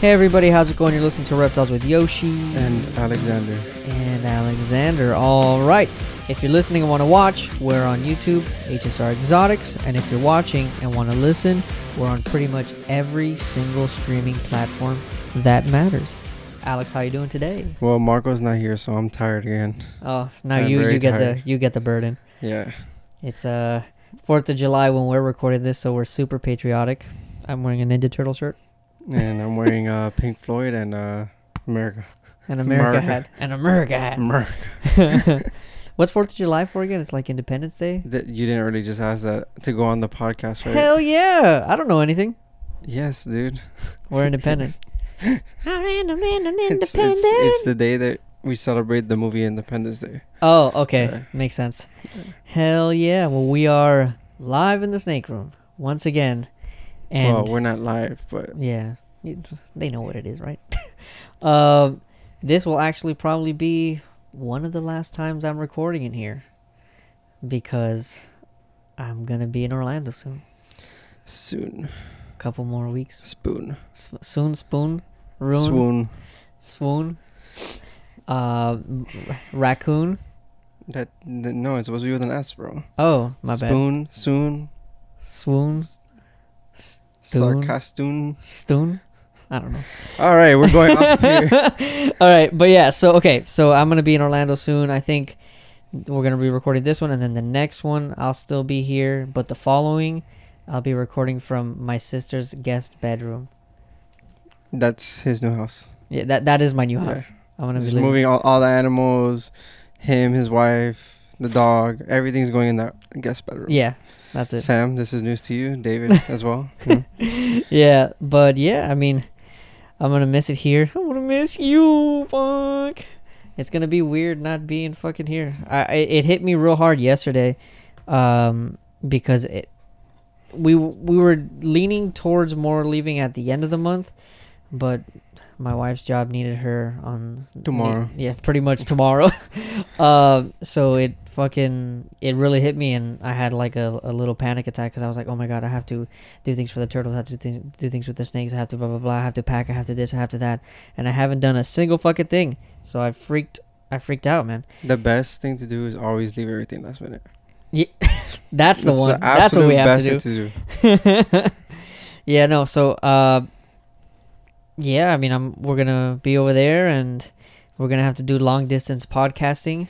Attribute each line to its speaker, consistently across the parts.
Speaker 1: Hey everybody, how's it going? You're listening to Reptiles with Yoshi
Speaker 2: And uh, Alexander.
Speaker 1: and Alexander. All right. If you're listening and want to watch, we're on YouTube, HSR Exotics, and if you're watching and want to listen, we're on pretty much every single streaming platform that matters. Alex, how you doing today?
Speaker 2: Well, Marco's not here, so I'm tired again.
Speaker 1: Oh, now
Speaker 2: I'm
Speaker 1: you
Speaker 2: very
Speaker 1: you get
Speaker 2: tired.
Speaker 1: the you get the burden.
Speaker 2: Yeah.
Speaker 1: It's uh Fourth of July when we're recording this, so we're super patriotic. I'm wearing a Ninja Turtle shirt,
Speaker 2: And I'm wearing uh, Pink Floyd and uh, America.
Speaker 1: an America,
Speaker 2: America.
Speaker 1: hat, an America hat.
Speaker 2: America.
Speaker 1: What's Fourth of July for again? It's like Independence Day.
Speaker 2: That you didn't really just ask that to go on the podcast, right?
Speaker 1: Hell yeah! I don't know anything.
Speaker 2: yes, dude.
Speaker 1: We're independent. I'm in- I'm in- I'm
Speaker 2: It's,
Speaker 1: independent.
Speaker 2: it's, it's the day that we celebrate the movie Independence Day.
Speaker 1: oh, okay,
Speaker 2: Yeah.
Speaker 1: makes sense. Hell yeah! Well, we are live in the Snake Room once again, and
Speaker 2: well, we're not live, but
Speaker 1: Yeah, you- they know what it is, right? um, this will actually probably be one of the last times I'm recording in here because I'm gonna be in Orlando soon.
Speaker 2: soon.
Speaker 1: A couple more weeks.
Speaker 2: Spoon.
Speaker 1: S- soon, spoon, ruin, swoon,
Speaker 2: Swoon.
Speaker 1: uh, m- raccoon.
Speaker 2: That, that no, it's supposed to be with an S, bro.
Speaker 1: Oh, my
Speaker 2: Spoon. Soon.
Speaker 1: bad. Swoon, Spoon.
Speaker 2: Sarcastoon.
Speaker 1: stoon. I don't know.
Speaker 2: All right, we're going up here.
Speaker 1: All right, but yeah, so okay, so I'm gonna be in Orlando soon. I think we're gonna be recording this one, and then the next one I'll still be here, but the following I'll be recording from my sister's guest bedroom.
Speaker 2: That's his new house.
Speaker 1: Yeah, that that is my new
Speaker 2: Yeah.
Speaker 1: house. I'm gonna
Speaker 2: Just
Speaker 1: be living.
Speaker 2: moving all, all the animals, him, his wife, the dog, everything's going in that guest bedroom.
Speaker 1: Yeah, that's it.
Speaker 2: Sam, this is news to you. David as well. Mm.
Speaker 1: Yeah, but yeah, I mean, I'm gonna miss it here. I'm gonna miss you, fuck. It's gonna be weird not being fucking here. I, I it hit me real hard yesterday, um, because it we we were leaning towards more leaving at the end of the month, but my wife's job needed her on
Speaker 2: Tomorrow.
Speaker 1: Yeah, pretty much tomorrow. Um, so it fucking it really hit me, and I had like a, a little panic attack because I was like, oh my god, I have to do things for the turtles, I have to th- do things with the snakes, I have to blah blah blah, I have to pack, I have to this, I have to that, and I haven't done a single fucking thing. So I freaked, I freaked out, man.
Speaker 2: The best thing to do is always leave everything last minute.
Speaker 1: That's the
Speaker 2: It's
Speaker 1: one. That's what
Speaker 2: absolute
Speaker 1: we have to
Speaker 2: thing
Speaker 1: do. yeah, no. So, uh, yeah, I mean, I'm we're gonna be over there, and we're gonna have to do long distance podcasting.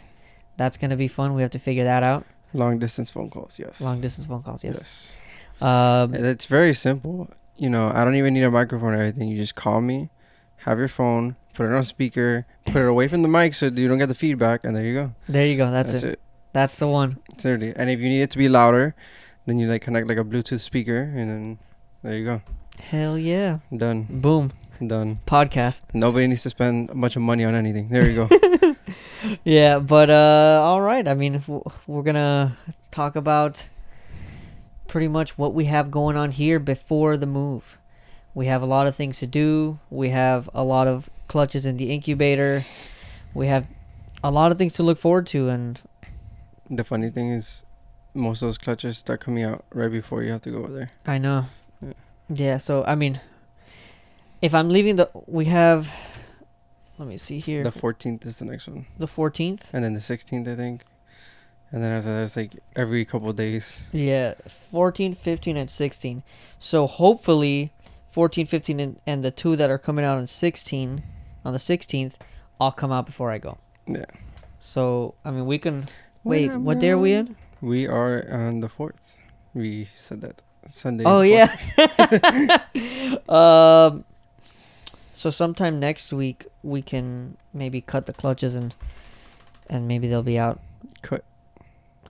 Speaker 1: That's gonna be fun. We have to figure that out.
Speaker 2: Long distance phone calls. Yes.
Speaker 1: Long distance phone calls, yes.
Speaker 2: Yes.
Speaker 1: Um,
Speaker 2: And It's very simple. You know, I don't even need a microphone or anything. You just call me, have your phone, put it on speaker, put it away from the mic so you don't get the feedback, and there you go.
Speaker 1: there you go. That's, it. That's the one.
Speaker 2: Literally. And if you need it to be louder, then you like connect like a Bluetooth speaker and then there you go.
Speaker 1: Hell yeah!
Speaker 2: Done.
Speaker 1: Boom
Speaker 2: Done.
Speaker 1: podcast.
Speaker 2: Nobody needs to spend a bunch of money on anything. There you go.
Speaker 1: Yeah, but uh, all right. I mean, w- we're gonna talk about pretty much what we have going on here before the move. We have a lot of things to do. We have a lot of clutches in the incubator. We have a lot of things to look forward to, and
Speaker 2: the funny thing is most of those clutches start coming out right before you have to go over there.
Speaker 1: I know.
Speaker 2: Yeah.
Speaker 1: Yeah, so I mean, if I'm leaving the, we have. Let me see here.
Speaker 2: The fourteenth is the next one.
Speaker 1: The fourteenth.
Speaker 2: And then the sixteenth I think. And then after that it's like every couple of days.
Speaker 1: Yeah, 14, 15, and 16. So hopefully, 14, 15, and, and the two that are coming out on 16, on the 16th, all come out before I go.
Speaker 2: Yeah.
Speaker 1: So I mean, we can
Speaker 2: When
Speaker 1: wait.
Speaker 2: I'm
Speaker 1: What day are we in?
Speaker 2: We are on the fourth. We said that. Sunday.
Speaker 1: Oh
Speaker 2: the
Speaker 1: yeah. um. So sometime next week we can maybe cut the clutches and and maybe they'll be out.
Speaker 2: 4th. Cut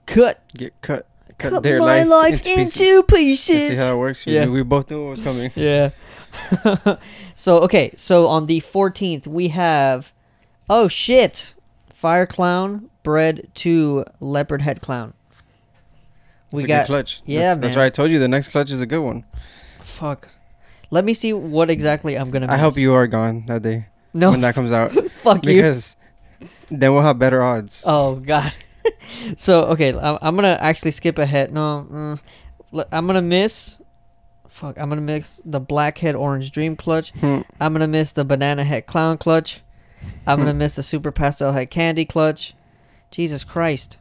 Speaker 1: Cut.
Speaker 2: get cut. Cut,
Speaker 1: Cut
Speaker 2: their
Speaker 1: my life,
Speaker 2: pieces.
Speaker 1: into
Speaker 2: Let's see
Speaker 1: pieces.
Speaker 2: how it works.
Speaker 1: Yeah.
Speaker 2: Yeah. We, we both knew what was coming.
Speaker 1: Yeah. so okay, so on the 14th we have oh shit, Fire Clown bred to Leopard Head Clown.
Speaker 2: It's
Speaker 1: We
Speaker 2: a
Speaker 1: got
Speaker 2: good clutch.
Speaker 1: yeah,
Speaker 2: that's, that's
Speaker 1: man.
Speaker 2: why I told you the next clutch is a good one.
Speaker 1: fuck. Let me see what exactly I'm gonna.
Speaker 2: I hope
Speaker 1: miss.
Speaker 2: you are gone that day
Speaker 1: No,
Speaker 2: when that comes out
Speaker 1: fuck you.
Speaker 2: because then we'll have better odds.
Speaker 1: Oh god. so okay, I'm, I'm gonna actually skip ahead. No, mm, l- I'm gonna miss Fuck, I'm gonna miss the blackhead orange dream clutch.
Speaker 2: Hmm.
Speaker 1: I'm gonna miss the banana head clown clutch. I'm
Speaker 2: Hmm.
Speaker 1: gonna miss the super pastel head candy clutch. Jesus Christ.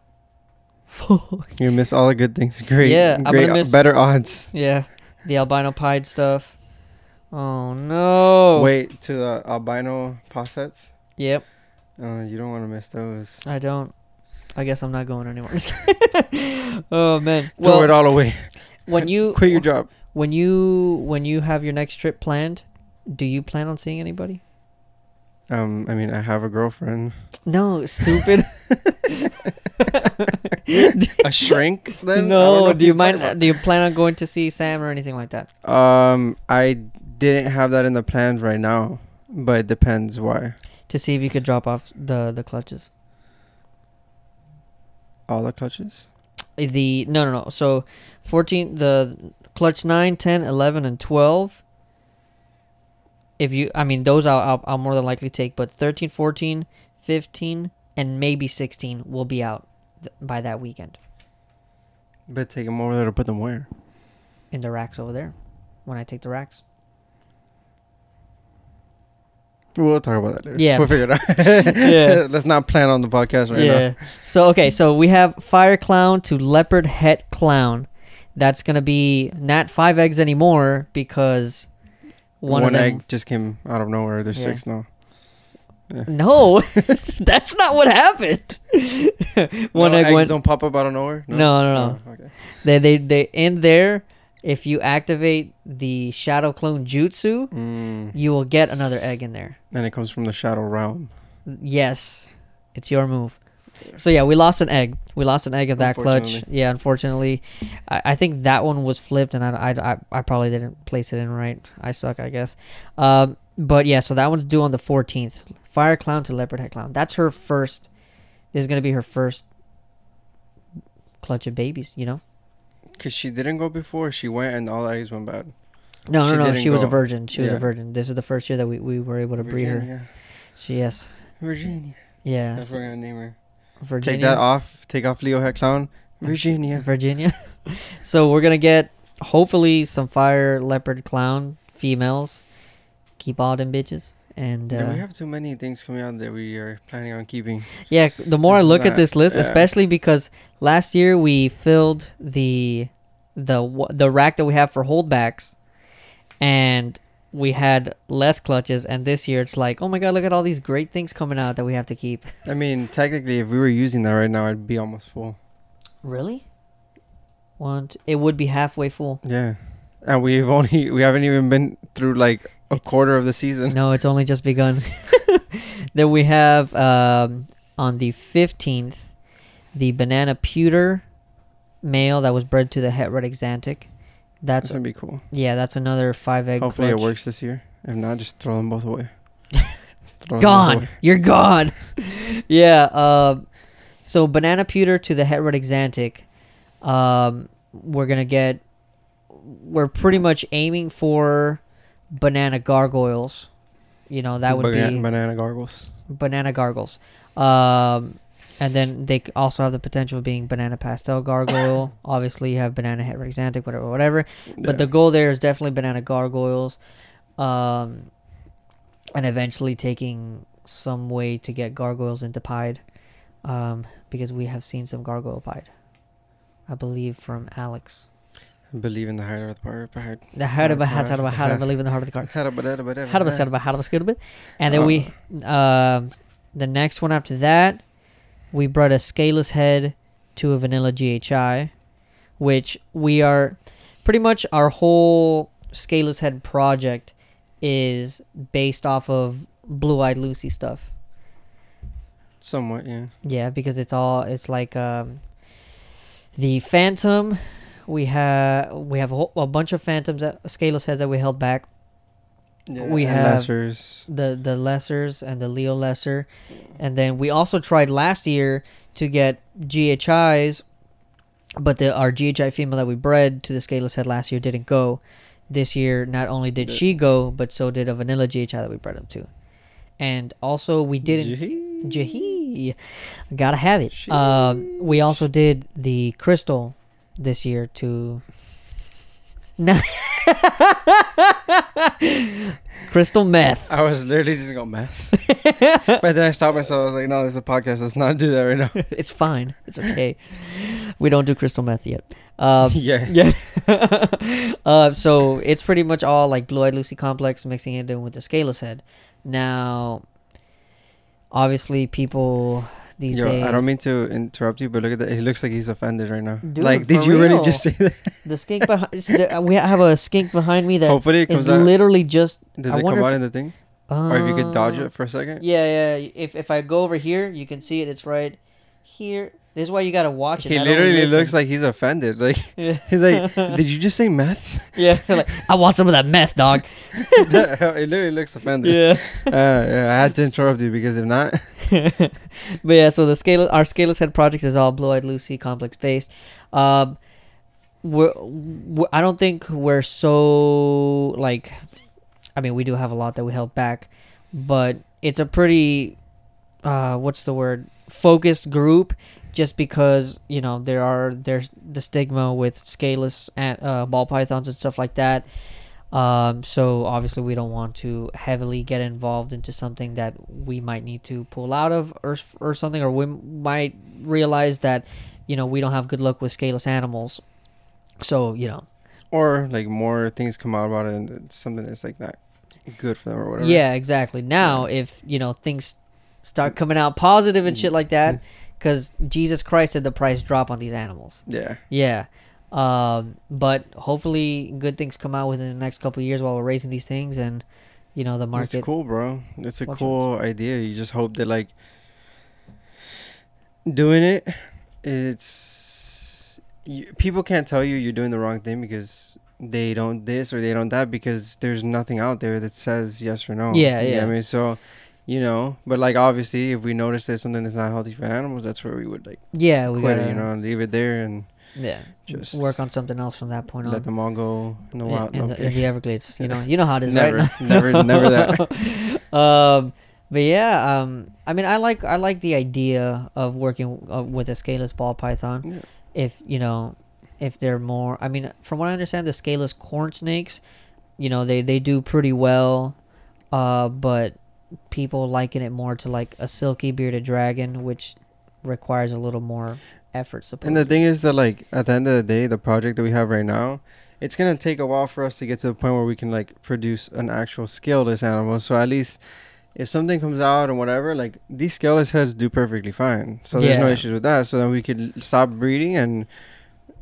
Speaker 1: Fuck.
Speaker 2: You miss all the good things. Great.
Speaker 1: Yeah, I'm
Speaker 2: great,
Speaker 1: gonna miss-
Speaker 2: better odds.
Speaker 1: Yeah, the albino pied stuff. Oh no.
Speaker 2: Wait to the albino possets.
Speaker 1: Yep,
Speaker 2: Uh, you don't want to miss those.
Speaker 1: I don't. I guess I'm not going anymore. Just kidding. oh man.
Speaker 2: Throw it
Speaker 1: Well,
Speaker 2: all away.
Speaker 1: when you
Speaker 2: Quit your job.
Speaker 1: when you when you have your next trip planned, do you plan on seeing anybody?
Speaker 2: Um, I mean, I have a girlfriend.
Speaker 1: No, stupid.
Speaker 2: A shrink? Then I don't know
Speaker 1: no,
Speaker 2: if
Speaker 1: do you
Speaker 2: you're talking
Speaker 1: mind? Do you plan on going to see Sam or anything like that?
Speaker 2: about- Um, I didn't have that in the plans right now, but it depends why.
Speaker 1: To see if you could drop off the the clutches.
Speaker 2: All the clutches.
Speaker 1: The no no no. So 14 the clutch 9, 10, 11 and 12. If you I mean those I'll, I'll I'll more than likely take, but 13, 14, 15 and maybe 16 will be out th- by that weekend
Speaker 2: But take them over there to put them where?
Speaker 1: in the racks over there when I take the racks.
Speaker 2: We'll talk about that later.
Speaker 1: Yeah.
Speaker 2: we'll figure it
Speaker 1: Yeah.
Speaker 2: out. let's not plan on the podcast right now.
Speaker 1: So okay, so we have Fire Clown to Leopard Het Clown. That's gonna be not five eggs anymore because one,
Speaker 2: One,
Speaker 1: of them.
Speaker 2: egg just came out of nowhere. There's
Speaker 1: Yeah.
Speaker 2: six now.
Speaker 1: No, that's not what happened. one
Speaker 2: No,
Speaker 1: egg
Speaker 2: eggs
Speaker 1: went.
Speaker 2: don't pop up out of nowhere.
Speaker 1: No, no, no.
Speaker 2: Oh, okay.
Speaker 1: They they they in there. If you activate the Shadow Clone Jutsu,
Speaker 2: Mm.
Speaker 1: you will get another egg in there.
Speaker 2: And it comes from the shadow realm.
Speaker 1: Yes, it's your move. So yeah, we lost an egg. We lost an egg of that clutch.
Speaker 2: Unfortunately.
Speaker 1: Yeah, unfortunately, I, I think that one was flipped, and I, I, I, I probably didn't place it in right. I suck, I guess. Um, but yeah, so that one's due on the fourteenth. Fire clown to leopard head clown. That's her first. This is gonna be her first clutch of babies. You know?
Speaker 2: Cause she didn't go before. She went and all the eggs went bad.
Speaker 1: No,
Speaker 2: She
Speaker 1: no, no.
Speaker 2: didn't
Speaker 1: She was a
Speaker 2: go.
Speaker 1: virgin. She was a
Speaker 2: Yeah.
Speaker 1: virgin. This is the first year that we, we were able to breed her.
Speaker 2: Virginia.
Speaker 1: She yes,
Speaker 2: Virginia.
Speaker 1: yeah.
Speaker 2: That's what we're gonna name her.
Speaker 1: Virginia.
Speaker 2: Take that off. Take off Leo Head Clown. Virginia.
Speaker 1: Virginia. so we're gonna get hopefully some fire leopard clown females. Keep all them bitches. And
Speaker 2: Yeah,
Speaker 1: uh,
Speaker 2: we have too many things coming out that we are planning on keeping.
Speaker 1: yeah, the more I
Speaker 2: This is
Speaker 1: look at
Speaker 2: not-
Speaker 1: this list,
Speaker 2: yeah.
Speaker 1: especially because last year we filled the the wa- the rack that we have for holdbacks, and we had less clutches. And this year it's like, oh my god, look at all these great things coming out that we have to keep.
Speaker 2: I mean, technically, if we were using that right now, I'd be almost full.
Speaker 1: Really? One, two- it would be halfway full.
Speaker 2: Yeah, and we've only we haven't even been through like a
Speaker 1: It's-
Speaker 2: quarter of the season.
Speaker 1: No, it's only just begun. then we have um, on the 15th the banana pewter male that was bred to the het red exantic.
Speaker 2: That's
Speaker 1: That's
Speaker 2: gonna be cool.
Speaker 1: yeah, that's another five egg.
Speaker 2: Hopefully,
Speaker 1: clutch.
Speaker 2: it works this year. If not, just throw them both away. Throw them both
Speaker 1: Gone,
Speaker 2: away.
Speaker 1: you're gone. yeah. Um, so banana pewter to the het red exantic. Um, we're gonna get. We're pretty much aiming for banana gargoyles. You know that would
Speaker 2: Bana-
Speaker 1: be
Speaker 2: banana gargles.
Speaker 1: banana gargles. Um, and then they c- also have the potential of being banana pastel gargoyle. Obviously, you have banana head rexantic, whatever, whatever. But the goal there is definitely banana gargoyles, um, and eventually taking some way to get gargoyles into pied, um, because we have seen some gargoyle pied, I believe from Alex.
Speaker 2: I believe in the height of the pirate pirate.
Speaker 1: The heart of a
Speaker 2: Heart
Speaker 1: has
Speaker 2: of
Speaker 1: out of a
Speaker 2: a-
Speaker 1: heart, I believe in the heart of the card.
Speaker 2: Head up, head up, head up,
Speaker 1: How do I
Speaker 2: head
Speaker 1: set
Speaker 2: up.
Speaker 1: about how do I skip a bit? And then we, um, the next one after that, we brought a scaleless head to a vanilla GHI, which we are pretty much our whole scaleless head project is based off of Blue Eyed Lucy stuff.
Speaker 2: Somewhat, yeah.
Speaker 1: Yeah, because it's all it's like um, the Phantom. We have we have a, whole, a bunch of Phantoms, that, scaleless heads that we held back. We
Speaker 2: and
Speaker 1: have-
Speaker 2: Lessers.
Speaker 1: the the lessers and the Leo lesser, and then we also tried last year to get GHIs, but the our GHI female that we bred to the scaleless head last year didn't go. This year, not only did
Speaker 2: The-
Speaker 1: she go, but so did a vanilla GHI that we bred up to, and also we didn't.
Speaker 2: Gee.
Speaker 1: Jahee, gotta have it. Uh, Um, we also did the crystal this year to No. Crystal meth.
Speaker 2: I was literally just going meth. but then I stopped myself. I was like, no, there's a podcast. Let's not do that right now.
Speaker 1: It's fine. It's okay. We don't do crystal meth yet. Um,
Speaker 2: yeah.
Speaker 1: yeah. uh, so it's pretty much all like Blue Eyed Lucy complex mixing it in with the Scaleless head. Now, obviously, people these
Speaker 2: Yo,
Speaker 1: days.
Speaker 2: I don't mean to interrupt you, but look at that. He looks like he's offended right now.
Speaker 1: Dude,
Speaker 2: like, did
Speaker 1: for
Speaker 2: you really
Speaker 1: real.
Speaker 2: just say that?
Speaker 1: the skink behind. we have a skink behind me that
Speaker 2: Hopefully it
Speaker 1: is
Speaker 2: comes out.
Speaker 1: literally just.
Speaker 2: Does
Speaker 1: I
Speaker 2: it
Speaker 1: wonder
Speaker 2: come
Speaker 1: if- Uh,
Speaker 2: out in the thing? or if you could dodge it for a second?
Speaker 1: Yeah, yeah. If if I go over here, you can see it. It's right here. This is why you gotta watch it.
Speaker 2: He literally looks like he's offended. Like
Speaker 1: like
Speaker 2: he's like, did you just say meth?
Speaker 1: yeah, like I want some of that meth, dog.
Speaker 2: it literally looks offended.
Speaker 1: Yeah,
Speaker 2: Uh, yeah, I had to interrupt you because if not,
Speaker 1: but yeah. So the scale, our scaleless head project is all blue-eyed Lucy, complex based. Um, we're, we I don't think we're so like. I mean, we do have a lot that we held back, but it's a pretty, uh, what's the word? Focused group, just because you know there are there's the stigma with scaleless and uh, ball pythons and stuff like that. Um, so obviously we don't want to heavily get involved into something that we might need to pull out of or, or something, or we might realize that, you know, we don't have good luck with scaleless animals. So, you know,
Speaker 2: or like more things come out about it and it's something that's like not good for them or whatever.
Speaker 1: yeah, exactly. Now, if, you know, things start coming out positive and shit like that,
Speaker 2: Mm-hmm.
Speaker 1: because Jesus Christ did the price drop on these animals.
Speaker 2: Yeah.
Speaker 1: Yeah. Um, but hopefully good things come out within the next couple of years while we're raising these things and, you know, the market.
Speaker 2: It's cool, bro. It's a
Speaker 1: Watch
Speaker 2: cool idea. You just hope that like doing it, it's you, people can't tell you you're doing the wrong thing because they don't this or they don't that because there's nothing out there that says yes or no.
Speaker 1: Yeah,
Speaker 2: You get
Speaker 1: yeah.
Speaker 2: I mean, so you know, but like obviously, if we notice there's something that's not healthy for animals, that's where we would like
Speaker 1: Yeah, we
Speaker 2: quit
Speaker 1: gotta,
Speaker 2: it, you know, and leave it there and
Speaker 1: Yeah.
Speaker 2: just
Speaker 1: work on something else from that point on.
Speaker 2: let them all go in the
Speaker 1: In-
Speaker 2: wild.
Speaker 1: in,
Speaker 2: No,
Speaker 1: the,
Speaker 2: okay.
Speaker 1: in the Everglades, you know, you know how it is, right?
Speaker 2: Never, never, never
Speaker 1: that. um, but yeah, um, I mean, I like I like the idea of working uh, with a scaleless ball python.
Speaker 2: Yeah.
Speaker 1: If you know, if they're more, I mean, from what I understand, the scaleless corn snakes, you know, they they do pretty well, uh, but people liken it more to like a silky bearded dragon, which requires a little more effort. Support.
Speaker 2: And the thing is that like at the end of the day, the project that we have right now, it's gonna take a while for us to get to the point where we can like produce an actual scaleless animal. So at least if something comes out and whatever, like these scaleless heads do perfectly fine. So there's no
Speaker 1: Yeah.
Speaker 2: issues with that. So then we could l- stop breeding and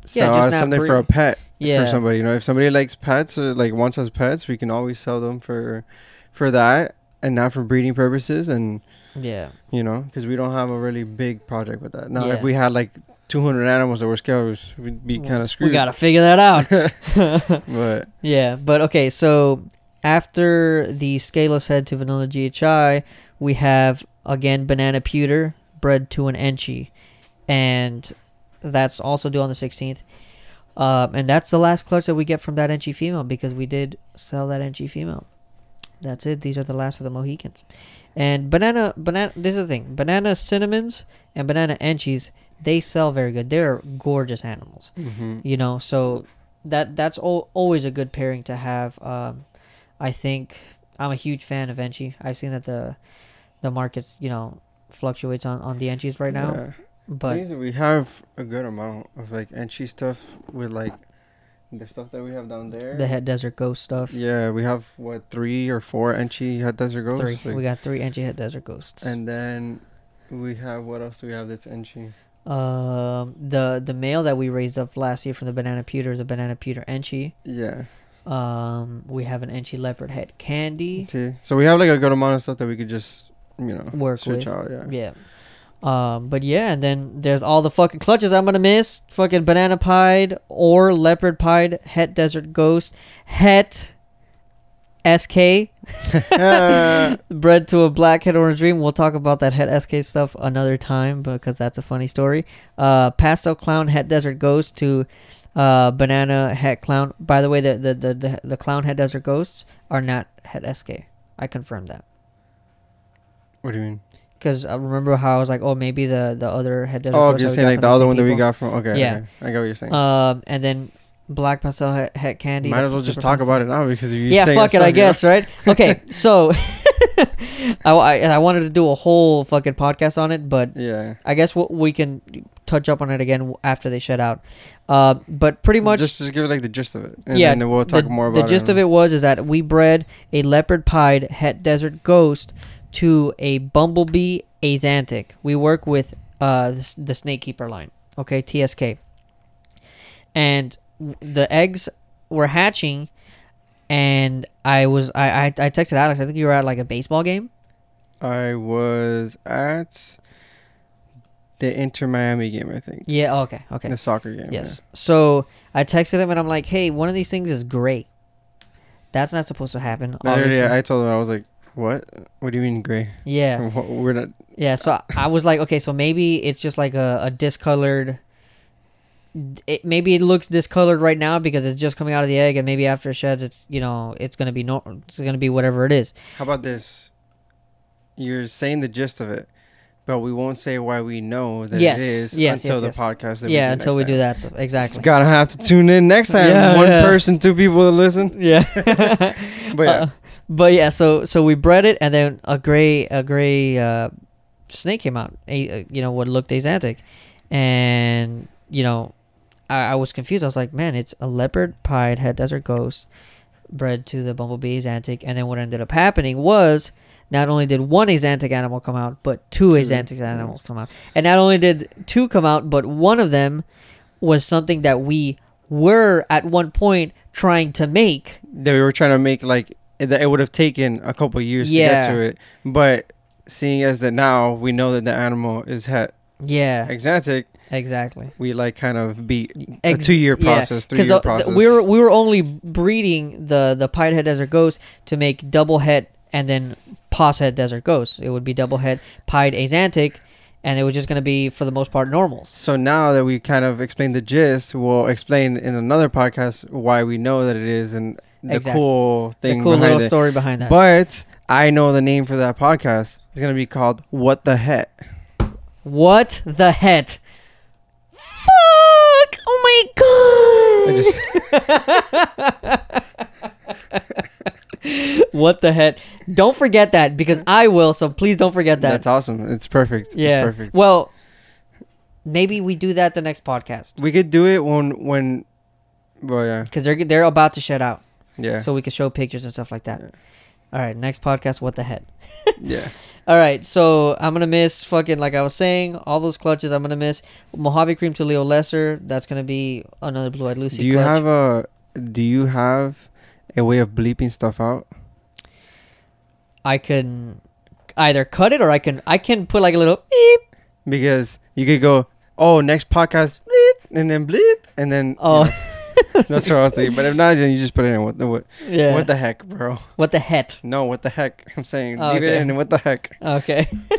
Speaker 1: Yeah,
Speaker 2: sell
Speaker 1: just
Speaker 2: out
Speaker 1: not
Speaker 2: something for a
Speaker 1: breed.
Speaker 2: pet
Speaker 1: yeah,
Speaker 2: for somebody. You know, if somebody likes pets or like wants us pets, we can always sell them for for that and not for breeding purposes and
Speaker 1: yeah,
Speaker 2: you know, because we don't have a really big project with that. Now,
Speaker 1: Yeah.
Speaker 2: if we had like 200 animals that were scalers, we'd be kind of screwed.
Speaker 1: we gotta figure that out.
Speaker 2: But
Speaker 1: Yeah, but okay, so after the scaleless head to vanilla GHI, we have again banana pewter bred to an enchi, and that's also due on the 16th. Um, and that's the last clutch that we get from that enchi female because we did sell that enchi female. That's it. These are the last of the Mohicans, and banana banana. This is the thing: banana cinnamons and banana enchis. They sell very good. They're gorgeous animals you know so that that's al- always a good pairing to have um i think i'm a huge fan of enchi i've seen that the the markets you know fluctuates on on the enchis right now
Speaker 2: Yeah.
Speaker 1: but
Speaker 2: Thing is that we have a good amount of like enchi stuff with like the stuff that we have down there.
Speaker 1: the head desert ghost stuff
Speaker 2: Yeah, we have what three or four enchi head desert ghosts.
Speaker 1: three
Speaker 2: like-
Speaker 1: we got three enchi head desert ghosts
Speaker 2: and then we have what else do we have that's enchi?
Speaker 1: um the the male that we raised up last year from the banana pewter is a banana pewter enchi
Speaker 2: Yeah.
Speaker 1: um we have an enchi leopard head candy
Speaker 2: See? So we have like a good amount of stuff that we could just you know
Speaker 1: Work
Speaker 2: switch
Speaker 1: with.
Speaker 2: out. Yeah.
Speaker 1: Yeah. Um, but yeah, and then there's all the fucking clutches I'm gonna miss. Fucking banana pied or leopard pied, het desert ghost, het SK bred to a blackhead orange dream. We'll talk about that het SK stuff another time because that's a funny story. Uh, pastel clown het desert ghost to uh, banana het clown. By the way, the the the, the, the clown het desert ghosts are not het SK. I confirmed that.
Speaker 2: What do you mean?
Speaker 1: Because I uh, remember how I was like, oh, maybe the the other head.
Speaker 2: Oh, just saying like the other one that we got from. Okay.
Speaker 1: Yeah. Uh,
Speaker 2: okay. I get what you're saying.
Speaker 1: Um, and then black pastel het, het candy.
Speaker 2: Might
Speaker 1: the
Speaker 2: as well just
Speaker 1: super
Speaker 2: talk
Speaker 1: pastel.
Speaker 2: about it now because if you
Speaker 1: yeah, fuck it, I guess, right? Okay, so I, I, I wanted to do a whole fucking podcast on it, but
Speaker 2: Yeah.
Speaker 1: I guess what we can touch up on it again w- after they shut out. Uh, but pretty much,
Speaker 2: just to give like the gist of it, and
Speaker 1: Yeah,
Speaker 2: then we'll talk
Speaker 1: the,
Speaker 2: more
Speaker 1: the
Speaker 2: about it.
Speaker 1: gist of it was is that we bred a leopard pied het desert ghost to a bumblebee azantic. We work with uh, the, s- the snake keeper line, okay, TSK, and w- the eggs were hatching, and I was I I, I texted Alex. I think you were at like a baseball game.
Speaker 2: I was at the Inter Miami game, I think.
Speaker 1: Yeah. oh, Okay. Okay.
Speaker 2: The soccer game. yeah.
Speaker 1: Yes. So I texted him and I'm like, hey, one of these things is gray. That's not supposed to happen.
Speaker 2: Literally,
Speaker 1: Obviously. Yeah,
Speaker 2: I told him I was like, "What? What do you mean gray?
Speaker 1: yeah.
Speaker 2: Wha- We're not." Uh,
Speaker 1: So I was like, okay, so maybe it's just like a, a discolored. It, maybe it looks discolored right now because it's just coming out of the egg, and maybe after it sheds, it's you know it's gonna be no, it's gonna be whatever it is.
Speaker 2: How about this? You're saying the gist of it, but we won't say why we know that
Speaker 1: Yes,
Speaker 2: it is
Speaker 1: yes,
Speaker 2: until
Speaker 1: yes,
Speaker 2: the
Speaker 1: yes.
Speaker 2: podcast. That
Speaker 1: yeah,
Speaker 2: we do
Speaker 1: until
Speaker 2: next
Speaker 1: we
Speaker 2: time.
Speaker 1: do that. So, exactly.
Speaker 2: Gotta have to tune in next time.
Speaker 1: Yeah,
Speaker 2: One
Speaker 1: yeah.
Speaker 2: person, two people to listen.
Speaker 1: Yeah.
Speaker 2: But yeah,
Speaker 1: Uh, but yeah, so so we bred it, and then a gray a gray uh, snake came out. A, a- you know what looked Azantic, and you know, I, I was confused. I was like, man, it's a leopard pied head desert ghost bred to the bumblebee Azantic, and then what ended up happening was. Not only did one Azantic animal come out, but two Azantic animals come out. And not only did two come out, but one of them was something that we were at one point trying to make.
Speaker 2: that we were trying to make like that it would have taken a couple years
Speaker 1: Yeah.
Speaker 2: to get to it, but seeing as that now we know that the animal is het
Speaker 1: Yeah.
Speaker 2: exantic,
Speaker 1: Exactly.
Speaker 2: we like kind of beat a
Speaker 1: Ex-
Speaker 2: two year
Speaker 1: yeah,
Speaker 2: process, three
Speaker 1: Because
Speaker 2: year process.
Speaker 1: we were we were only breeding the the pied head desert ghost to make double head and then pos head desert ghost. It would be double head pied azantic, and it was just gonna be for the most part normals.
Speaker 2: So now that we kind of explained the gist, we'll explain in another podcast why we know that it is and the
Speaker 1: Exactly.
Speaker 2: cool
Speaker 1: The
Speaker 2: thing
Speaker 1: cool
Speaker 2: behind
Speaker 1: little
Speaker 2: it.
Speaker 1: story behind that.
Speaker 2: But I know the name for that podcast. It's gonna be called "What the Heck."
Speaker 1: what the heck? Fuck! Oh my god!
Speaker 2: I just
Speaker 1: what the heck? Don't forget that because I will. So please don't forget that.
Speaker 2: that's awesome. It's perfect.
Speaker 1: yeah.
Speaker 2: it's perfect.
Speaker 1: Well, maybe we do that the next podcast.
Speaker 2: we could do it when when. Well, yeah,
Speaker 1: because they're they're about to shut out,
Speaker 2: yeah,
Speaker 1: so we can show pictures and stuff like that.
Speaker 2: Yeah.
Speaker 1: All right, next podcast. What the heck?
Speaker 2: yeah.
Speaker 1: All right, so I'm gonna miss fucking like I was saying all those clutches. I'm gonna miss Mojave Cream to Leo Lesser. That's gonna be another Blue Eyed Lucy.
Speaker 2: Do you
Speaker 1: clutch.
Speaker 2: have a Do you have a way of bleeping stuff out?
Speaker 1: I can either cut it or I can I can put like a little beep.
Speaker 2: Because you could go, oh, next podcast, bleep, and then bleep, and then you
Speaker 1: Oh,
Speaker 2: know, that's what I was thinking. But if not, then you just put it in. What the what?
Speaker 1: yeah.
Speaker 2: What the heck, bro?
Speaker 1: what the heck?
Speaker 2: No, what the heck? I'm saying
Speaker 1: Oh,
Speaker 2: leave
Speaker 1: okay.
Speaker 2: it in. What the heck?
Speaker 1: Okay.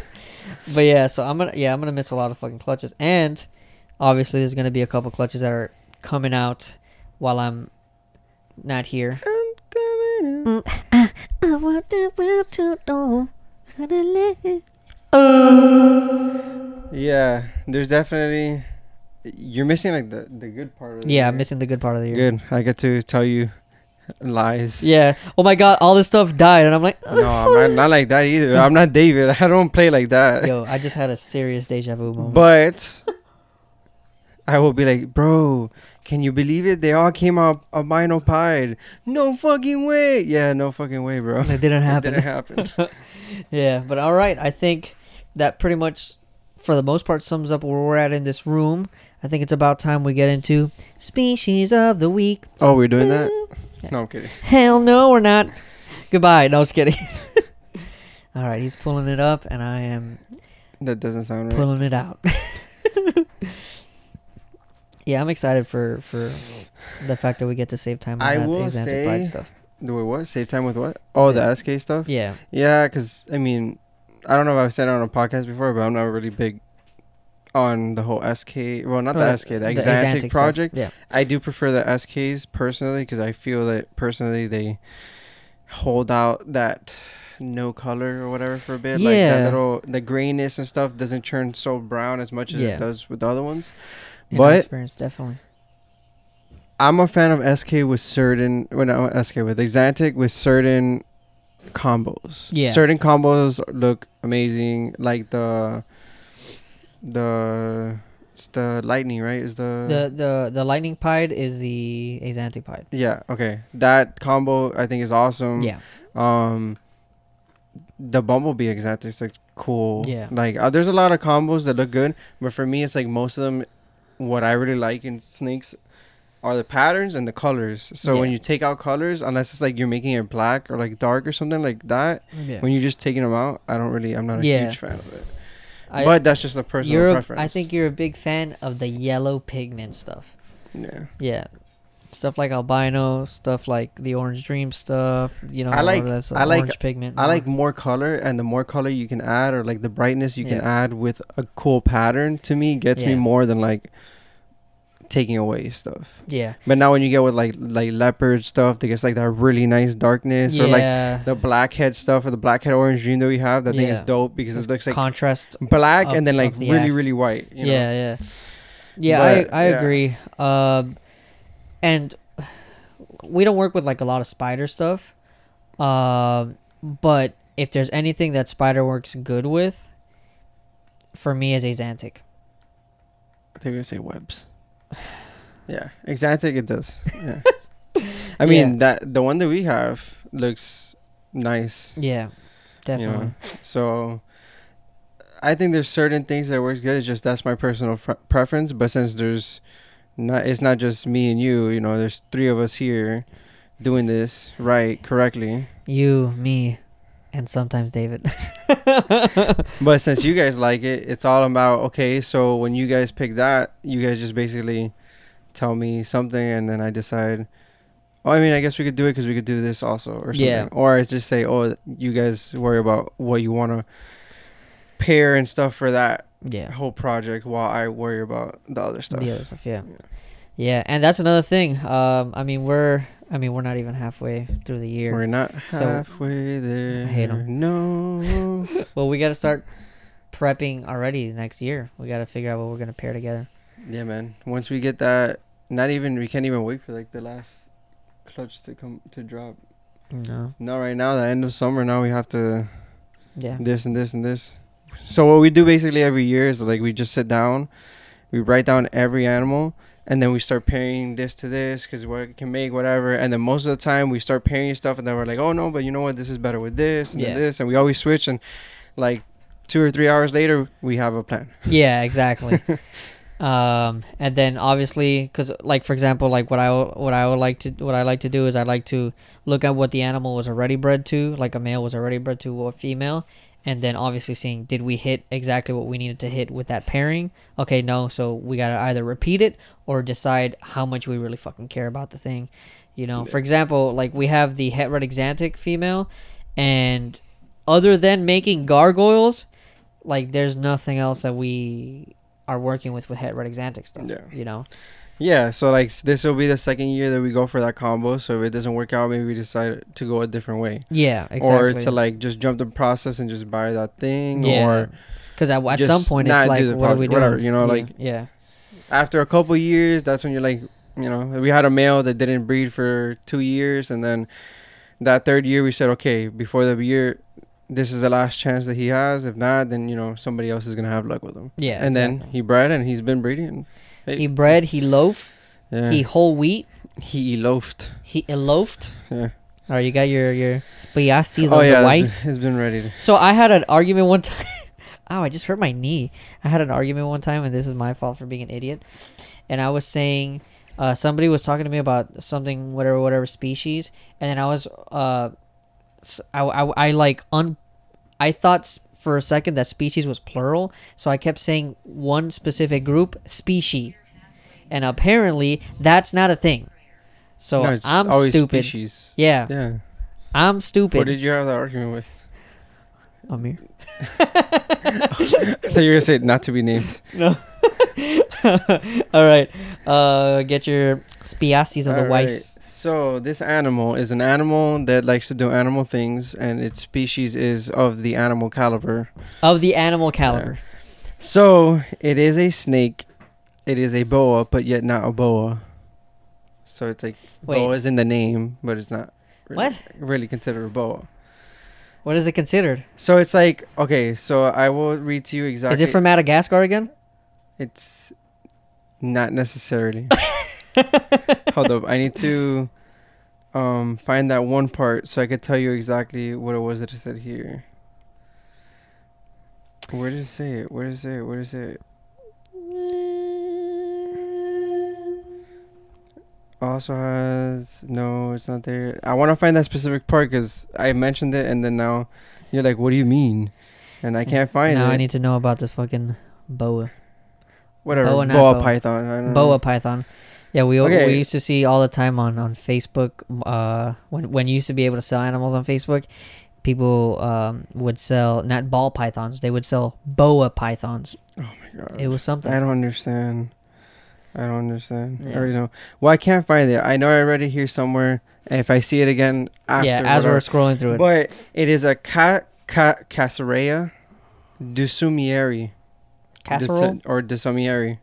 Speaker 1: but yeah, so I'm gonna yeah, I'm gonna miss a lot of fucking clutches. And obviously there's gonna be a couple clutches that are coming out while I'm not here.
Speaker 2: I'm coming.
Speaker 1: Mm.
Speaker 2: out.
Speaker 1: I want the world to know how to live.
Speaker 2: Yeah, there's definitely. You're missing like the the good part of it.
Speaker 1: Yeah, I'm missing the good part of the year.
Speaker 2: Good. I get to tell you lies.
Speaker 1: Yeah. Oh my god, all this stuff died and I'm like
Speaker 2: No, I'm not, not like that either. I'm not David. I don't play like that.
Speaker 1: Yo, I just had a serious deja vu moment.
Speaker 2: But I will be like, bro, can you believe it? They all came out albino pied. No fucking way. Yeah, no fucking way, bro.
Speaker 1: it didn't happen.
Speaker 2: Didn't happen.
Speaker 1: Yeah, but all right. I think that pretty much, for the most part, sums up where we're at in this room. I think it's about time we get into species of the week.
Speaker 2: oh, we're doing that?
Speaker 1: Yeah.
Speaker 2: No, I'm kidding.
Speaker 1: Hell no, we're not. Goodbye. No, I was kidding. all right, he's pulling it up, and I am
Speaker 2: That doesn't sound right.
Speaker 1: pulling it out. yeah, I'm excited for for the fact that we get to save time. on
Speaker 2: I
Speaker 1: that
Speaker 2: will
Speaker 1: Xanthic Pride
Speaker 2: say-
Speaker 1: stuff.
Speaker 2: Do we what? Save time with what? Oh,
Speaker 1: Yeah.
Speaker 2: the SK stuff?
Speaker 1: Yeah,
Speaker 2: Yeah, because, I mean, I don't know if I've said it on a podcast before, but I'm not really big on the whole SK. Well, not
Speaker 1: Or
Speaker 2: the SK, the, Exantic
Speaker 1: Xanthic Uh, stuff.
Speaker 2: project.
Speaker 1: Yeah,
Speaker 2: I do prefer the SKs personally because I feel that personally they hold out that no color or whatever for a bit. Like
Speaker 1: Yeah.
Speaker 2: that little the grayness and stuff doesn't turn so brown as much as
Speaker 1: Yeah.
Speaker 2: it does with the other ones.
Speaker 1: in my
Speaker 2: But-
Speaker 1: experience definitely.
Speaker 2: I'm a fan of SK with certain, well, not SK with Exantic with certain combos.
Speaker 1: Yeah.
Speaker 2: Certain combos look amazing, like the the it's the lightning, right? Is
Speaker 1: The the the lightning pied is the Azantic pied.
Speaker 2: Yeah, okay. That combo I think is awesome.
Speaker 1: Yeah.
Speaker 2: Um the Bumblebee exotics look cool.
Speaker 1: Yeah.
Speaker 2: Like uh, there's a lot of combos that look good, but for me it's like most of them what I really like in snakes are the patterns and the colors. So when
Speaker 1: Yeah.
Speaker 2: you take out colors, unless it's like you're making it black or like dark or something like that,
Speaker 1: Yeah.
Speaker 2: when you're just taking them out, I don't really I'm not a
Speaker 1: Yeah.
Speaker 2: huge fan of it.
Speaker 1: I,
Speaker 2: but that's just a personal
Speaker 1: you're a-
Speaker 2: preference.
Speaker 1: I think you're a big fan of the yellow pigment stuff.
Speaker 2: yeah.
Speaker 1: Yeah. Stuff like albino, stuff like the orange dream stuff, you know,
Speaker 2: I like-
Speaker 1: all that stuff,
Speaker 2: I like-
Speaker 1: orange pigment.
Speaker 2: I like more color, and the more color you can add, or like the brightness you can
Speaker 1: Yeah.
Speaker 2: add with a cool pattern, to me gets me
Speaker 1: Yeah.
Speaker 2: more than like taking away stuff.
Speaker 1: Yeah.
Speaker 2: But now when you get with like like leopard stuff, that gets like that really nice darkness, or like
Speaker 1: yeah.
Speaker 2: the blackhead stuff or the blackhead orange dream that we have. That thing is
Speaker 1: Yeah.
Speaker 2: dope because
Speaker 1: It's
Speaker 2: it looks like
Speaker 1: contrast
Speaker 2: black
Speaker 1: up-
Speaker 2: and then
Speaker 1: up
Speaker 2: like
Speaker 1: the
Speaker 2: really
Speaker 1: ass.
Speaker 2: really white. You know?
Speaker 1: yeah, yeah, yeah.
Speaker 2: But,
Speaker 1: I I
Speaker 2: yeah.
Speaker 1: agree. Um, and we don't work with like a lot of spider stuff. Um, but if there's anything that spider works good with, for me is Azantic.
Speaker 2: I think we're gonna say webs. yeah, exactly. It does. Yeah. I mean
Speaker 1: Yeah.
Speaker 2: that the one that we have looks nice.
Speaker 1: Yeah,
Speaker 2: you know.
Speaker 1: definitely.
Speaker 2: So I think there's certain things that works good. It's just that's my personal pre- preference. But since there's not, it's not just me and you. You know, there's three of us here doing this right correctly.
Speaker 1: You, me, and sometimes David.
Speaker 2: But since you guys like it, it's all about okay. So when you guys pick that, you guys just basically tell me something, and then I decide. Oh, I mean, I guess we could do it because we could do this also, or something.
Speaker 1: Yeah.
Speaker 2: Or I just say, oh, you guys worry about what you want to pair and stuff for that.
Speaker 1: yeah.
Speaker 2: whole project while I worry about the other stuff.
Speaker 1: The other stuff, yeah. yeah. and that's another thing. Um, I mean, we're I mean, we're not even halfway through the year.
Speaker 2: We're not
Speaker 1: So-
Speaker 2: halfway there.
Speaker 1: hate 'em.
Speaker 2: No.
Speaker 1: Well, we got to start prepping already next year. We got to figure out what we're going to pair together.
Speaker 2: yeah, man. Once we get that, not even we can't even wait for like the last clutch to come to drop.
Speaker 1: No.
Speaker 2: No, right now the end of summer. Now we have to
Speaker 1: Yeah.
Speaker 2: this and this and this. So what we do basically every year is like we just sit down, we write down every animal, and then we start pairing this to this because what it can make whatever. And then most of the time we start pairing stuff, and then we're like, oh no, but you know what? This is better with this and then
Speaker 1: Yeah.
Speaker 2: this, and we always switch. And like two or three hours later, we have a plan.
Speaker 1: Yeah, exactly. um, and then obviously, because like for example, like what I what I would like to what I like to do is I like to look at what the animal was already bred to, like a male was already bred to or female, and then obviously seeing did we hit exactly what we needed to hit with that pairing? Okay, no, so we gotta either repeat it or decide how much we really fucking care about the thing. You know, for example, like we have the het red exantic female, and other than making gargoyles, like there's nothing else that we are working with with het red exantic stuff.
Speaker 2: Yeah.
Speaker 1: You know.
Speaker 2: Yeah. So like s- this will be the second year that we go for that combo. So if it doesn't work out, maybe we decide to go a different way,
Speaker 1: Yeah. Exactly.
Speaker 2: or to like just jump the process and just buy that thing, or
Speaker 1: because at, at
Speaker 2: just
Speaker 1: some point
Speaker 2: not
Speaker 1: it's
Speaker 2: do
Speaker 1: like,
Speaker 2: the
Speaker 1: what are
Speaker 2: project,
Speaker 1: we doing?
Speaker 2: whatever, you know,
Speaker 1: Yeah,
Speaker 2: like-
Speaker 1: yeah,
Speaker 2: after a couple years, that's when you're like, you know, we had a male that didn't breed for two years, and then that third year we said, okay, before the year, this is the last chance that he has. If not, then you know somebody else is gonna have luck with him.
Speaker 1: yeah.
Speaker 2: and then
Speaker 1: exactly.
Speaker 2: he bred, and he's been breeding. and
Speaker 1: he bred, he loaf,
Speaker 2: yeah.
Speaker 1: he
Speaker 2: he
Speaker 1: whole wheat,
Speaker 2: he loafed.
Speaker 1: he eloped.
Speaker 2: Yeah.
Speaker 1: All right, you got your your spiaces
Speaker 2: oh
Speaker 1: on
Speaker 2: yeah,
Speaker 1: the
Speaker 2: it
Speaker 1: white.
Speaker 2: has been, it's been ready. To,
Speaker 1: So I had an argument one time. Ow, I just hurt my knee. I had an argument one time, and this is my fault for being an idiot. And I was saying, uh, somebody was talking to me about something, whatever, whatever species, and then I was, uh, s- I, I- I, like un, I thought s- for a second that species was plural, so I kept saying one specific group, species, and apparently that's not a thing. So
Speaker 2: No, it's
Speaker 1: I'm
Speaker 2: always
Speaker 1: stupid.
Speaker 2: Species.
Speaker 1: Yeah,
Speaker 2: Yeah.
Speaker 1: I'm
Speaker 2: What
Speaker 1: stupid.
Speaker 2: did you have that argument with?
Speaker 1: Amir.
Speaker 2: I thought you were gonna say not to be named.
Speaker 1: No. All right. Uh, get your spiaces of the
Speaker 2: All right.
Speaker 1: Weiss.
Speaker 2: So this animal is an animal that likes to do animal things, and its species is of the animal caliber.
Speaker 1: Of the animal caliber.
Speaker 2: So it is a snake. It is a boa, but yet not a boa. So it's like
Speaker 1: Wait.
Speaker 2: boa is in the name, but it's not really,
Speaker 1: What?
Speaker 2: really considered a boa.
Speaker 1: What is it considered?
Speaker 2: So it's like okay. So I will read to you exactly.
Speaker 1: Is it from Madagascar again?
Speaker 2: It's not necessarily. Hold up, I need to um find that one part so I could tell you exactly what it was that it said here. Where does it say it? Where does it say it? Where does it say it? Also has no, it's not there. I want to find that specific part because I mentioned it, and then now you're like, "What do you mean?" And I can't find
Speaker 1: now
Speaker 2: it.
Speaker 1: I need to know about this fucking boa
Speaker 2: Whatever.
Speaker 1: boa,
Speaker 2: Boa,
Speaker 1: not boa.
Speaker 2: python. I don't
Speaker 1: boa
Speaker 2: know.
Speaker 1: python. Yeah, we al- we
Speaker 2: Mm. Okay.
Speaker 1: used to see all the time on on Facebook. Uh, when when you used to be able to sell animals on Facebook, people um would sell not ball pythons. They would sell boa pythons.
Speaker 2: Oh my God.
Speaker 1: It was something.
Speaker 2: I don't understand. I don't understand.
Speaker 1: Yeah.
Speaker 2: I already know. Well, I can't find it. I know I read it here somewhere. and If I see it again after,
Speaker 1: yeah, as we're
Speaker 2: whatever.
Speaker 1: scrolling through it.
Speaker 2: But it is a ca ca casarea dusumieri
Speaker 1: Casserole?
Speaker 2: Dis- or dusumieri.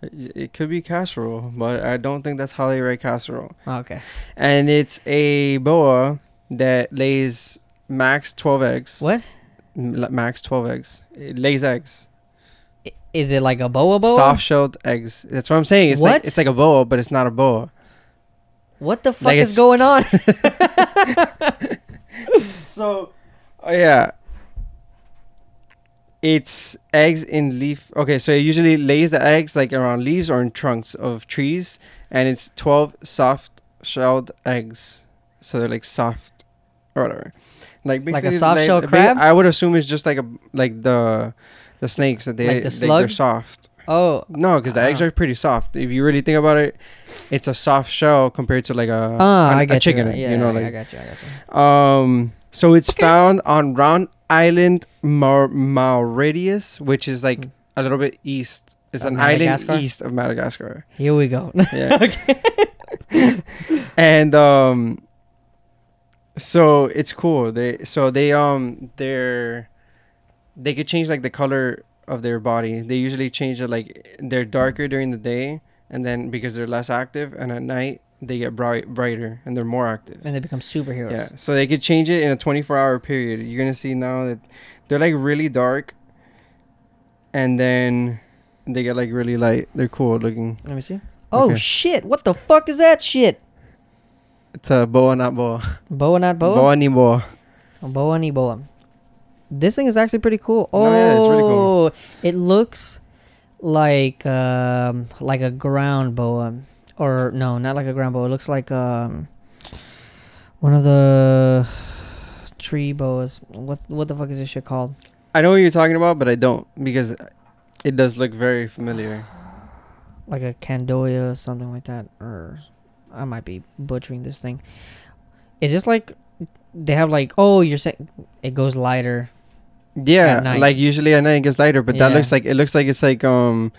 Speaker 2: It it could be casserole, but I don't think that's how they write casserole.
Speaker 1: Oh, Okay.
Speaker 2: And it's a boa that lays max twelve eggs.
Speaker 1: What?
Speaker 2: M- la- Max twelve eggs. It lays eggs.
Speaker 1: I- Is it like a boa boa?
Speaker 2: soft shelled eggs. That's what I'm saying. It's
Speaker 1: What?
Speaker 2: like it's like a boa, but it's not a boa.
Speaker 1: What the fuck
Speaker 2: Like
Speaker 1: is
Speaker 2: it's-
Speaker 1: going on?
Speaker 2: So, oh yeah, it's eggs in leaf. Okay, so it usually lays the eggs like around leaves or in trunks of trees, and it's twelve soft shelled eggs. So they're like soft, or whatever. Like
Speaker 1: Like a
Speaker 2: basically,
Speaker 1: soft-shelled
Speaker 2: ba-
Speaker 1: crab?
Speaker 2: I would assume it's just like a like the the snakes that they
Speaker 1: Like the
Speaker 2: they- they're
Speaker 1: slug?
Speaker 2: soft.
Speaker 1: oh,
Speaker 2: No, because the eggs
Speaker 1: Ah.
Speaker 2: are pretty soft. If you really think about it, it's a soft shell compared to like a,
Speaker 1: ah,
Speaker 2: an-
Speaker 1: I
Speaker 2: a
Speaker 1: get you.
Speaker 2: chicken.
Speaker 1: Yeah,
Speaker 2: you know,
Speaker 1: yeah, I
Speaker 2: like
Speaker 1: got you. I got you.
Speaker 2: um. So it's found on Round Island, Mar- Mauritius, which is like
Speaker 1: Hmm.
Speaker 2: a little bit east. It's
Speaker 1: Of
Speaker 2: an
Speaker 1: Madagascar?
Speaker 2: island east of Madagascar.
Speaker 1: Here we go.
Speaker 2: Yeah. and um. So it's cool. They so they um they're they could change like the color of their body. They usually change it like they're darker during the day, and then because they're less active, and at night they get bright brighter and they're more active.
Speaker 1: and they become superheroes.
Speaker 2: Yeah, so they could change it in a 24 hour period. You're gonna see now that they're like really dark, and then they get like really light. They're cool looking.
Speaker 1: Let me see. Oh
Speaker 2: Okay.
Speaker 1: shit! What the fuck is that shit?
Speaker 2: It's a boa, not boa.
Speaker 1: Boa not boa.
Speaker 2: boa ni boa.
Speaker 1: A Boa ni boa. This thing is actually pretty cool. Oh,
Speaker 2: No, yeah, it's really cool.
Speaker 1: It looks like um like a ground boa, or no, not like a ground boa. It looks like um one of the tree boas. What what the fuck is this shit called?
Speaker 2: I know what you're talking about, but I don't because it does look very familiar.
Speaker 1: Like a candoya or something like that, or I might be butchering this thing. Is this like they have like oh you're saying it goes lighter At
Speaker 2: Yeah,
Speaker 1: night.
Speaker 2: like usually at night it gets lighter, but that
Speaker 1: Yeah.
Speaker 2: looks like it looks like it's like um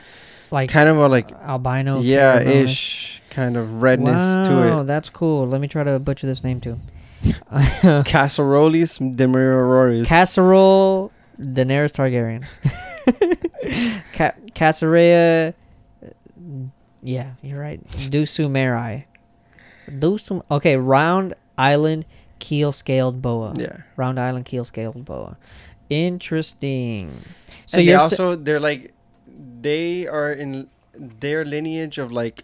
Speaker 1: like
Speaker 2: kind of a like
Speaker 1: albino
Speaker 2: yeah
Speaker 1: caramel-ish.
Speaker 2: ish kind of redness to it.
Speaker 1: that's cool. Let me try to butcher this name too.
Speaker 2: Casserolis demerororius.
Speaker 1: Casserole Daenerys Targaryen. Ca- Casserea. Yeah, you're right. Dusumeri. Dusum. Okay, round island keel scaled boa.
Speaker 2: yeah.
Speaker 1: Round island keel scaled boa. Interesting. So
Speaker 2: So and they
Speaker 1: you're s-
Speaker 2: also they're like they are in their lineage of like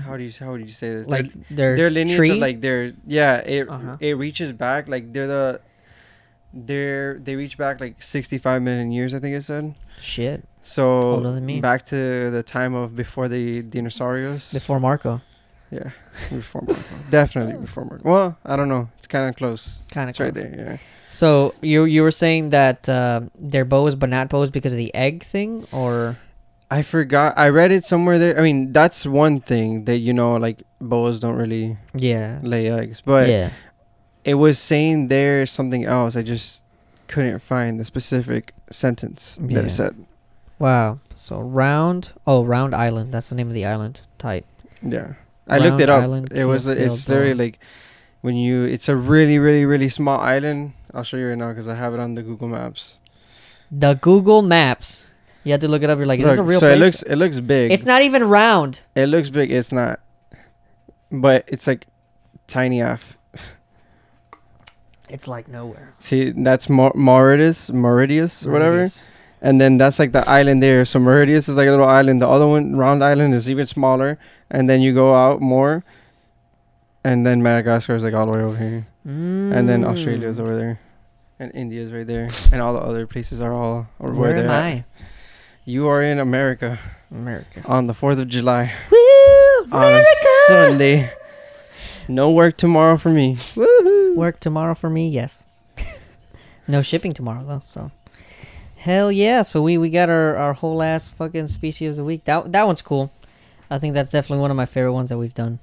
Speaker 2: how do you how would you say this? Their-
Speaker 1: like their,
Speaker 2: their lineage
Speaker 1: tree?
Speaker 2: of like their yeah it
Speaker 1: Uh-huh.
Speaker 2: it reaches back like they're the they're they reach back like 65 million years I think it said.
Speaker 1: shit
Speaker 2: So
Speaker 1: Older than me.
Speaker 2: back to the time of before the dinosaurs.
Speaker 1: before Marco.
Speaker 2: yeah, before Marco. Definitely before Marco. Well, I don't know. It's kind of close.
Speaker 1: Kind
Speaker 2: It's
Speaker 1: of
Speaker 2: right there.
Speaker 1: So you you were saying that uh, they're boas but not boas because of the egg thing, or
Speaker 2: Yeah. I forgot. I read it somewhere there. I mean, that's one thing that you know, like boas don't really
Speaker 1: yeah,
Speaker 2: lay eggs, but
Speaker 1: yeah,
Speaker 2: it was saying there's something else. I just couldn't find the specific sentence that
Speaker 1: Yeah.
Speaker 2: it said.
Speaker 1: wow. So round, oh round island. That's the name of the island. Tight.
Speaker 2: Yeah, I looked
Speaker 1: Round
Speaker 2: it up.
Speaker 1: island,
Speaker 2: it was.
Speaker 1: keel-scale
Speaker 2: It's literally
Speaker 1: boa.
Speaker 2: like when you. It's a really, really, really small island. I'll show you right now because I have it on the Google Maps.
Speaker 1: The Google Maps. You have to look it up. You're like, is this a
Speaker 2: Look,
Speaker 1: real
Speaker 2: so
Speaker 1: place?
Speaker 2: it looks it looks big.
Speaker 1: it's not even round.
Speaker 2: it looks big. It's not, but it's like tiny off.
Speaker 1: It's like nowhere.
Speaker 2: See, that's Mau- Mauritius, Mauritius or whatever,
Speaker 1: Mauritius.
Speaker 2: and then that's like the island there. So Mauritius is like a little island. The other one, Round Island, is even smaller. And then you go out more, and then Madagascar is like all the way over here, and then Australia is
Speaker 1: Mm.
Speaker 2: over there, and India is right there, and all the other places are all or where,
Speaker 1: Where
Speaker 2: they're
Speaker 1: am
Speaker 2: at.
Speaker 1: I?
Speaker 2: You are in America
Speaker 1: America.
Speaker 2: on the Fourth of July.
Speaker 1: Woo!
Speaker 2: on a
Speaker 1: America!
Speaker 2: Sunday. No work tomorrow for me. Woohoo!
Speaker 1: Work tomorrow for me, yes. no shipping tomorrow though, so hell yeah. So we we got our our whole ass fucking species of the week. That that one's cool. I think that's definitely one of my favorite ones that we've done.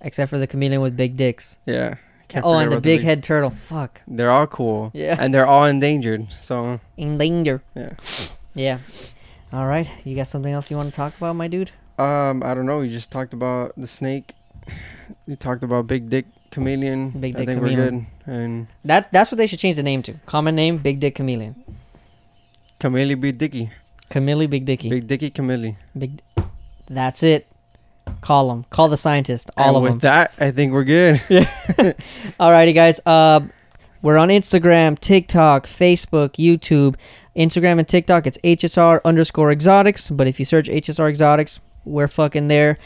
Speaker 1: Except for the chameleon with big dicks.
Speaker 2: Yeah. Can't
Speaker 1: oh,
Speaker 2: forget
Speaker 1: and the
Speaker 2: about
Speaker 1: big head turtle. Fuck.
Speaker 2: They're all cool.
Speaker 1: Yeah.
Speaker 2: And they're all endangered. So
Speaker 1: In danger.
Speaker 2: Yeah.
Speaker 1: Yeah. All right. You got something else you want to talk about, my dude?
Speaker 2: um, I don't know. You just talked about the snake. You talked about big dick chameleon.
Speaker 1: Big dick
Speaker 2: I think
Speaker 1: chameleon.
Speaker 2: we're good. And
Speaker 1: That that's what they should change the name to. Common name, Big Dick Chameleon.
Speaker 2: chameleon big dicky.
Speaker 1: Chameleon Big Dicky. Big.
Speaker 2: Big dicky chameleon.
Speaker 1: D- that's it. Call them. Call the scientist.
Speaker 2: and
Speaker 1: All of
Speaker 2: with
Speaker 1: them.
Speaker 2: that, I think we're good.
Speaker 1: Alrighty, guys. Uh, we're on Instagram, TikTok, Facebook, YouTube, Instagram, and TikTok. It's HSR underscore exotics. But if you search HSR exotics, we're fucking there.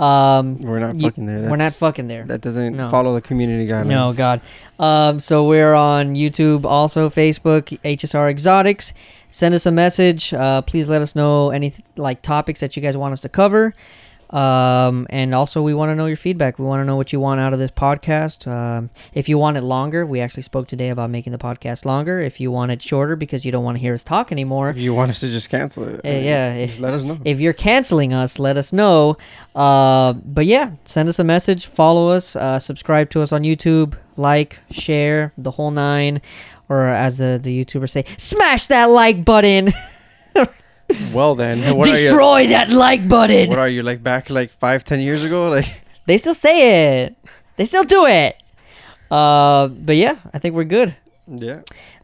Speaker 1: Um,
Speaker 2: We're not
Speaker 1: You-
Speaker 2: fucking there.
Speaker 1: we're not
Speaker 2: That's-
Speaker 1: fucking there.
Speaker 2: That doesn't
Speaker 1: No.
Speaker 2: follow the community guidelines.
Speaker 1: No, Oh, God. Um, so we're on YouTube, also Facebook, HSR Exotics. Send us a message. Uh, please let us know any like topics that you guys want us to cover. Um, and also, we want to know your feedback. We want to know what you want out of this podcast. Um, if you want it longer, we actually spoke today about making the podcast longer. If you want it shorter because you don't want to hear us talk anymore,
Speaker 2: If you want us to just cancel it,
Speaker 1: Uh, yeah,
Speaker 2: just let us know.
Speaker 1: if you're canceling us, let us know. Uh, but yeah, send us a message, follow us, uh, subscribe to us on YouTube, like, share, the whole nine, or as the, the YouTubers say, smash that like button,
Speaker 2: well then, what are you?
Speaker 1: destroy that like button.
Speaker 2: What are you like back like five, ten years ago? Like
Speaker 1: they still say it, they still do it. Uh, but yeah, I think we're good.
Speaker 2: yeah.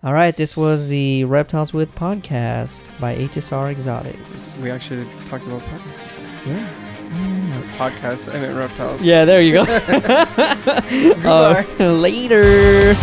Speaker 1: All right, this was the Reptiles with podcast by HSR Exotics.
Speaker 2: We actually talked about podcasts. this time.
Speaker 1: Yeah.
Speaker 2: Podcasts, I meant reptiles.
Speaker 1: Yeah, there you go.
Speaker 2: Goodbye.
Speaker 1: Uh, later.